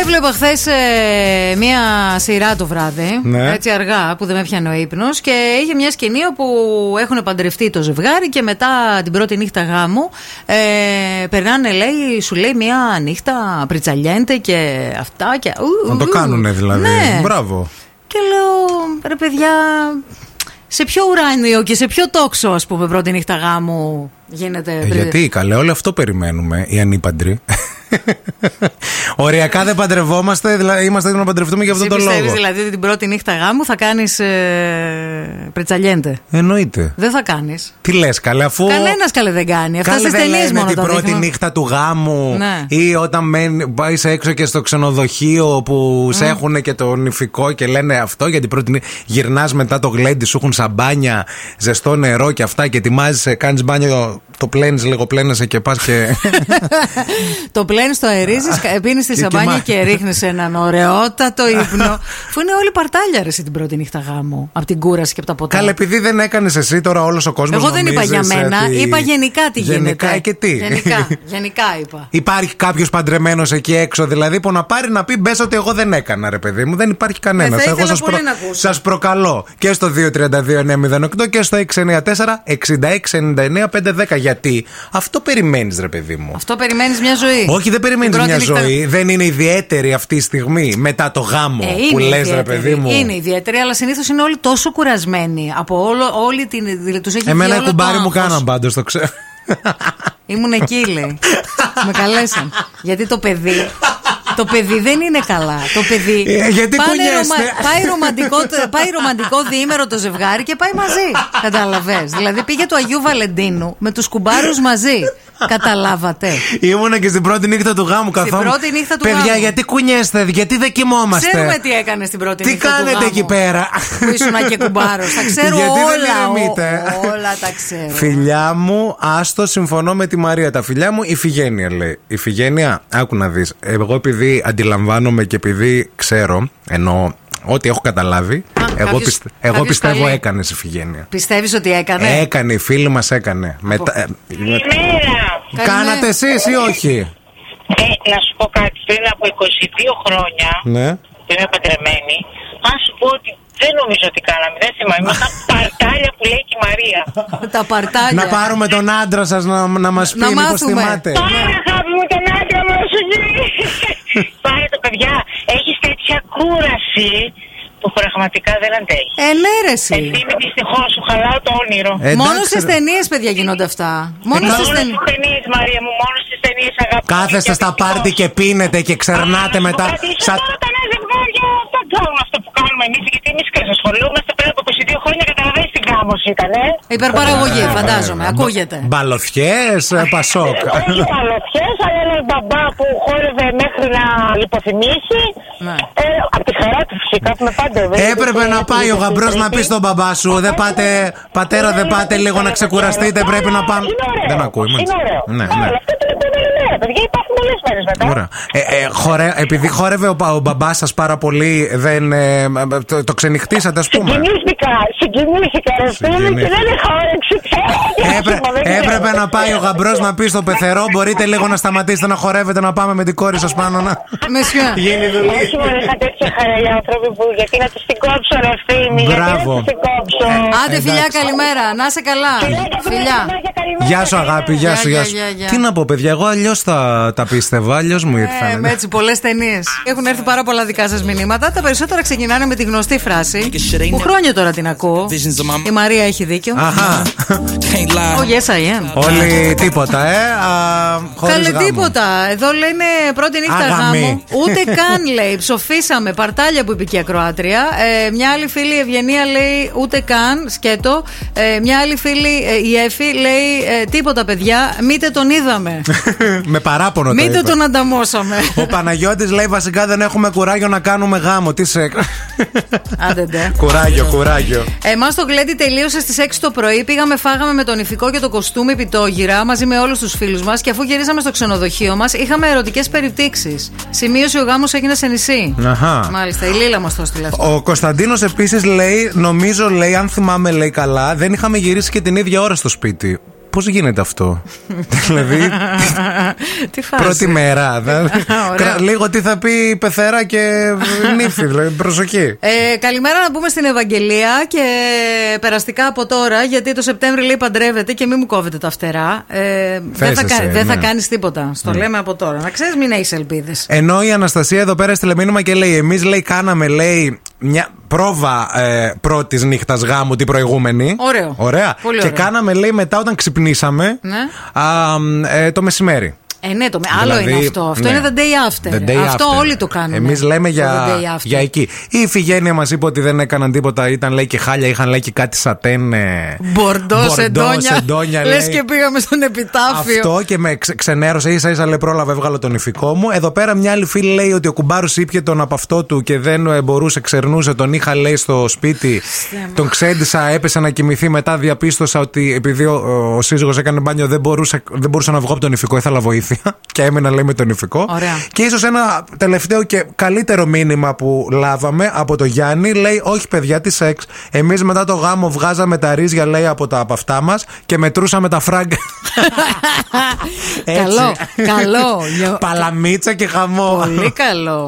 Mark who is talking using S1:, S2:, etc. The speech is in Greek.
S1: Έβλεπα χθες μία σειρά το βράδυ.
S2: Ναι.
S1: Έτσι αργά που δεν με πιάνει ο ύπνος. Και είχε μια σκηνή όπου έχουν παντρευτεί το ζευγάρι και μετά την πρώτη νύχτα γάμου ε, περνάνε, λέει, σου λέει μία νύχτα πριτσαλιέντε και αυτά. Και, ου,
S2: Να το
S1: ου, ου.
S2: κάνουνε δηλαδή.
S1: Ναι.
S2: Μπράβο.
S1: Και λέω, ρε παιδιά, σε ποιο ουράνιο και σε ποιο τόξο, ας πούμε, πρώτη νύχτα γάμου γίνεται.
S2: Ε,
S1: πρι-
S2: γιατί καλέ, όλο αυτό περιμένουμε οι ανήπαντροι. Οριακά δεν παντρευόμαστε, δηλαδή είμαστε έτοιμοι να παντρευτούμε για
S1: Εσύ
S2: αυτόν τον
S1: πιστεύεις,
S2: λόγο.
S1: δηλαδή ότι την πρώτη νύχτα γάμου θα κάνεις ε, πριτσαλιέντε.
S2: Εννοείται.
S1: Δεν θα κάνεις.
S2: Τι λες, καλέ, αφού.
S1: Κανένας καλέ δεν κάνει. Αυτά
S2: Καλέ,
S1: στι
S2: δεν
S1: ταινίες
S2: λένε
S1: μόνο
S2: την
S1: τα
S2: πρώτη
S1: δείχνουν.
S2: νύχτα του γάμου
S1: Ναι.
S2: ή όταν μένει- πάει σε έξω και στο ξενοδοχείο που σε έχουν και το νηφικό και λένε αυτό γιατί πρώτη νύχτα γυρνάς μετά το γλέντι σου έχουν σαμπάνια, ζεστό νερό και αυτά και ετοιμάζεσαι, κάνεις μπάνιο, το πλένεις λίγο, πλένεσαι και πας και...
S1: Το πλένεις, το αερίζεις, πίνεις τη
S2: και
S1: σαμπάνια
S2: κοιμά-
S1: και ρίχνεις έναν ωραιότατο ύπνο. Αφού είναι όλοι παρτάλιαρε την πρώτη νύχτα γάμου. Από την κούραση και από τα ποτά.
S2: Καλά, επειδή δεν έκανες εσύ τώρα όλος ο κόσμος.
S1: Ναι. Εγώ δεν είπα για μένα, είπα γενικά τι γίνεται.
S2: Γενικά ε, και τι.
S1: Γενικά, γενικά είπα.
S2: Υπάρχει κάποιος παντρεμένος εκεί έξω, δηλαδή που να πάρει να πει: Μπες ότι εγώ δεν έκανα, ρε παιδί μου. Δεν υπάρχει κανένας.
S1: Ε, θα
S2: εγώ
S1: ήθελα
S2: σας
S1: πολύ να ακούσω.
S2: σας προκαλώ και στο 232-908 και στο 694-6699-510. Γιατί αυτό περιμένεις, ρε παιδί μου.
S1: Αυτό περιμένεις μια ζωή.
S2: Όχι, δεν περιμένεις
S1: Την
S2: μια
S1: πρώτη νύχτα-
S2: ζωή. Δεν είναι ιδιαίτερη αυτή η στιγμή μετά το γάμο
S1: Ε, είναι
S2: που λες, ρε
S1: ιδιαίτερη.
S2: παιδί μου.
S1: Είναι ιδιαίτερη, αλλά συνήθως είναι όλοι τόσο κουρασμένοι από όλο, όλη την. Δηλαδή, τους έχει βγει
S2: Εμένα
S1: όλο το
S2: κουμπάρι μου
S1: άγχος.
S2: κάναν πάντως, το ξέρω.
S1: Ήμουν εκεί, λέει. Με καλέσαν. Γιατί το παιδί. Το παιδί δεν είναι καλά. Το παιδί.
S2: Ε, γιατί
S1: πάνε
S2: κουνιέστε.
S1: πάει, ρομαντικό, πάει ρομαντικό διήμερο το ζευγάρι και πάει μαζί. Κατάλαβες. Δηλαδή πήγε του Αγίου Βαλεντίνου με τους κουμπάρους μαζί. Καταλάβατε.
S2: Ήμουνα και στην πρώτη νύχτα του γάμου καθόλου.
S1: πρώτη νύχτα του
S2: Παιδιά,
S1: γάμου.
S2: γιατί κουνιέστε, γιατί δεν κοιμόμαστε.
S1: Ξέρουμε τι έκανε την πρώτη
S2: Τι
S1: νύχτα. του
S2: κάνετε
S1: γάμου,
S2: εκεί πέρα?
S1: Που ήσουν και κουμπάρος. Τα ξέρω
S2: Γιατί δεν
S1: όλα.
S2: ηρεμείτε?
S1: ό- όλα τα ξέρω.
S2: Φιλιά μου, άστο, συμφωνώ με τη Μαρία. Τα φιλιά μου, η Φιγένεια λέει. Η Φιγένεια, άκου να δεις. Εγώ επειδή αντιλαμβάνομαι και επειδή ξέρω, ενώ ό,τι έχω καταλάβει, εγώ,
S1: κάποιος-
S2: πιστε- εγώ
S1: κάποιος
S2: πιστεύω
S1: καλεί. Ναι.
S2: έκανες η Φιγένεια.
S1: Πιστεύεις ότι έκανε.
S2: Έκανε, η φίλη μας έκανε. Μετά, ε,
S3: Καλημέρα.
S2: κάνατε εσείς ή όχι.
S3: Ε, να σου πω κάτι. Πριν από 22 χρόνια
S2: Ναι.
S3: που είμαι παντρεμένη, να σου πω ότι δεν νομίζω ότι κάναμε. Δεν θυμάμαι. Ήμασταν παρτάλια που λέει και η Μαρία.
S1: Τα παρτάλια.
S2: Ε, Να πάρουμε τον άντρα σας να, να μας πει
S1: Να
S2: μήπως
S1: μάθουμε.
S2: θυμάται.
S3: Πάρα αγάπη μου τον άντρα μου να σου γίνει. Πάρε το παιδιά. Έχεις τέτοια κούραση που πραγματικά δεν αντέχεις.
S1: Ε, Ενέρεση.
S3: Ευθύνη δυστυχώς σου χαλάω το όνειρο.
S2: Ε,
S1: ναι, Μόνο
S2: εντάξει,
S1: στις
S2: ρε. Ε,
S1: ταινίες, παιδιά, γινόνται αυτά. Μόνο
S2: καλά.
S1: στι
S3: Μόνο
S1: ταινίε.
S3: στις ταινίες Μαρία μου, μόνος στις ταινίες αγάπη. μου.
S2: Κάθεστε
S3: Και
S2: στα
S3: δυστυχώς.
S2: πάρτι και πίνετε και ξερνάτε μετά.
S3: Σαν
S2: Σα...
S3: τώρα τα νέα ζευγάρια δεν κάνουν αυτό που κάνουμε εμείς, γιατί εμείς και ασχολούμαστε πέρα από 22 χρόνια. Καταλαβαίνει τι γάμο ήταν, ε.
S1: Υπερπαραγωγή,
S2: Ε,
S1: φαντάζομαι.
S2: ε,
S1: Ακούγεται.
S2: Μπαλωθιές, ε, πασόκ.
S3: Όχι παλωτιέ, αλλά ένα μπαμπά που χόρευε μέχρι να λιποθυμήσει.
S1: Ναι.
S3: Ε, από τη χαρά του φυσικά που με πάντα βέβαια.
S2: Έπρεπε να πάει ο γαμπρός να πει στον μπαμπά σου: Δεν πάτε, πατέρα, δεν πάτε λίγο να ξεκουραστείτε. Πρέπει να πάμε.
S3: Είναι ωραίο.
S2: Δεν ακούει, μάλιστα.
S3: Είναι ωραίο.
S2: Ναι,
S3: Αλλά
S2: ναι.
S3: αυτό το λοιπόν είναι ωραίο, παιδιά. Υπάρχουν πολλές μέρες μετά.
S2: Ωραία. Ε, ε, χορε- επειδή χόρευε ο, πα- ο μπαμπάς σας πάρα πολύ, δεν, ε, ε, το, το ξενυχτήσατε, ας πούμε.
S3: Συγκινήθηκα, συγκινήθηκα, ρε φίλε, και δεν έχω όρεξη. Ξέρω ότι
S2: Έπρε-
S3: άσχημα, δεν ξέρω.
S2: έπρεπε να πάει ο γαμπρός να πει στο πεθερό: Μπορείτε λίγο να σταματήσετε να χορεύετε, να πάμε με την κόρη σας πάνω να.
S1: Μεσιά.
S2: Γίνει
S3: Όχι μόνο είχα τέτοια χαρά οι άνθρωποι που γιατί να τους την κόψω ρε ευθύνη, γιατί να
S2: Μπράβο. Ε,
S3: τους την κόψω.
S1: Άντε, φιλιά, καλημέρα. Να είσαι καλά. Φιλιά.
S2: Γεια σου, αγάπη, γεια
S1: Γεια,
S2: σου,
S1: γεια,
S2: γεια σου.
S1: γεια, γεια.
S2: Τι να πω, παιδιά, εγώ αλλιώς τα, τα πίστευα, αλλιώς μου
S1: Ε,
S2: ήρθαν.
S1: με έτσι πολλές ταινίες. Έχουν έρθει πάρα πολλά δικά σας μηνύματα. Τα περισσότερα ξεκινάνε με τη γνωστή φράση που χρόνια τώρα την ακούω. Η Μαρία έχει δίκιο.
S2: Αχά.
S4: Can't lie.
S1: Ο Oh, yes, I am.
S2: Όλοι τίποτα, ε. Α, χωρίς
S1: Καλέ
S2: γάμο.
S1: τίποτα. Εδώ λένε πρώτη νύχτα
S2: Αγαμή.
S1: γάμου. Ούτε καν λέει. Ψοφήσαμε. Παρτάλια που είπε και η ακροάτρια. Ε, μια άλλη φίλη, η Ευγενία, λέει ούτε καν. Σκέτο. Ε, μια άλλη φίλη, ε, η Εφη, λέει ε, τίποτα, παιδιά. Μήτε τον είδαμε.
S2: με παράπονο το
S1: Μήτε
S2: είπε.
S1: τον ανταμώσαμε.
S2: Ο Παναγιώτης λέει βασικά δεν έχουμε κουράγιο να κάνουμε γάμο. Τι σε.
S1: Άντε, ντε.
S2: κουράγιο, κουράγιο.
S1: Εμάς το γλέντι τελείωσε στις 6 το πρωί. Πήγαμε, φάγαμε με τον ηφικό και το κοστούμι πιτόγυρα μαζί με όλους τους φίλους μας. Και αφού γυρίσαμε στο ξενοδοχείο μας, είχαμε ερωτικές περιπτύξεις. Σημείωσε ο γάμος έγινε σε νησί.
S2: Αχα.
S1: Μάλιστα, η Λίλα μας το στείλε αυτό.
S2: Ο Κωνσταντίνος επίσης λέει, νομίζω λέει, αν θυμάμαι λέει καλά, δεν είχαμε γυρίσει και την ίδια ώρα στο σπίτι. Πώς γίνεται αυτό. δηλαδή.
S1: Τι φάση.
S2: Πρώτη μέρα. δε-
S1: Ωραία.
S2: Κρα- Λίγο τι θα πει πεθερά και νύφη. Δηλαδή, προσοχή.
S1: Ε, καλημέρα να πούμε στην Ευαγγελία και περαστικά από τώρα, γιατί το Σεπτέμβρη λέει παντρεύεται και μην μου κόβετε τα φτερά. Ε, δεν θα,
S2: Θες εσύ,
S1: κα- δεν
S2: ναι.
S1: θα κάνεις τίποτα. Στο λέμε από τώρα. Να ξέρεις, μην έχεις ελπίδες.
S2: Ενώ η Αναστασία εδώ πέρα στείλε μήνυμα και λέει: Εμείς λέει, κάναμε λέει μια πρόβα ε, πρώτης νύχτας γάμου την προηγούμενη.
S1: Ωραίο.
S2: Ωραία.
S1: Πολύ
S2: και
S1: ωραίο.
S2: κάναμε λέει μετά όταν ξυπνήσαμε
S1: Ναι.
S2: α, μ, ε, το μεσημέρι.
S1: Ε, ναι, το, άλλο
S2: Δηλαδή,
S1: είναι αυτό. Αυτό
S2: ναι.
S1: είναι the day after.
S2: The day
S1: αυτό
S2: after.
S1: όλοι το κάνουν.
S2: Εμείς λέμε για,
S1: The day after.
S2: για εκεί. Η Ιφηγένεια μας είπε ότι δεν έκαναν τίποτα, ήταν λέει και χάλια, είχαν λέει και κάτι σατέν. ε,
S1: Μπορντό, σεντόνια.
S2: σεντόνια,
S1: Λες
S2: λέει.
S1: και πήγαμε στον επιτάφιο.
S2: Αυτό και με ξε- ξενέρωσε ίσα ίσα λέει πρόλαβε έβγαλα τον ηφικό μου. Εδώ πέρα μια άλλη φίλη λέει ότι ο κουμπάρο ήπια τον από αυτό του και δεν ε, μπορούσε, ξερνούσε. Τον είχα λέει στο σπίτι. τον ξέντησα, έπεσα να κοιμηθεί. Μετά διαπίστωσα ότι επειδή ο, ο σύζυγος έκανε μπάνιο δεν μπορούσα, δεν μπορούσα να βγω από τον ηφικό. Ήθελα βοήθεια και έμεινα λέει με τον ηφικό.
S1: Ωραία.
S2: Και ίσως ένα τελευταίο και καλύτερο μήνυμα που λάβαμε από το Γιάννη λέει: Όχι, παιδιά, τι σεξ. Εμείς μετά το γάμο βγάζαμε τα ρίζια, λέει, από τα από αυτά μας και μετρούσαμε τα φράγκα. Έτσι.
S1: καλό, καλό. Νιώ-
S2: Παλαμίτσα και χαμό.
S1: Πολύ καλό.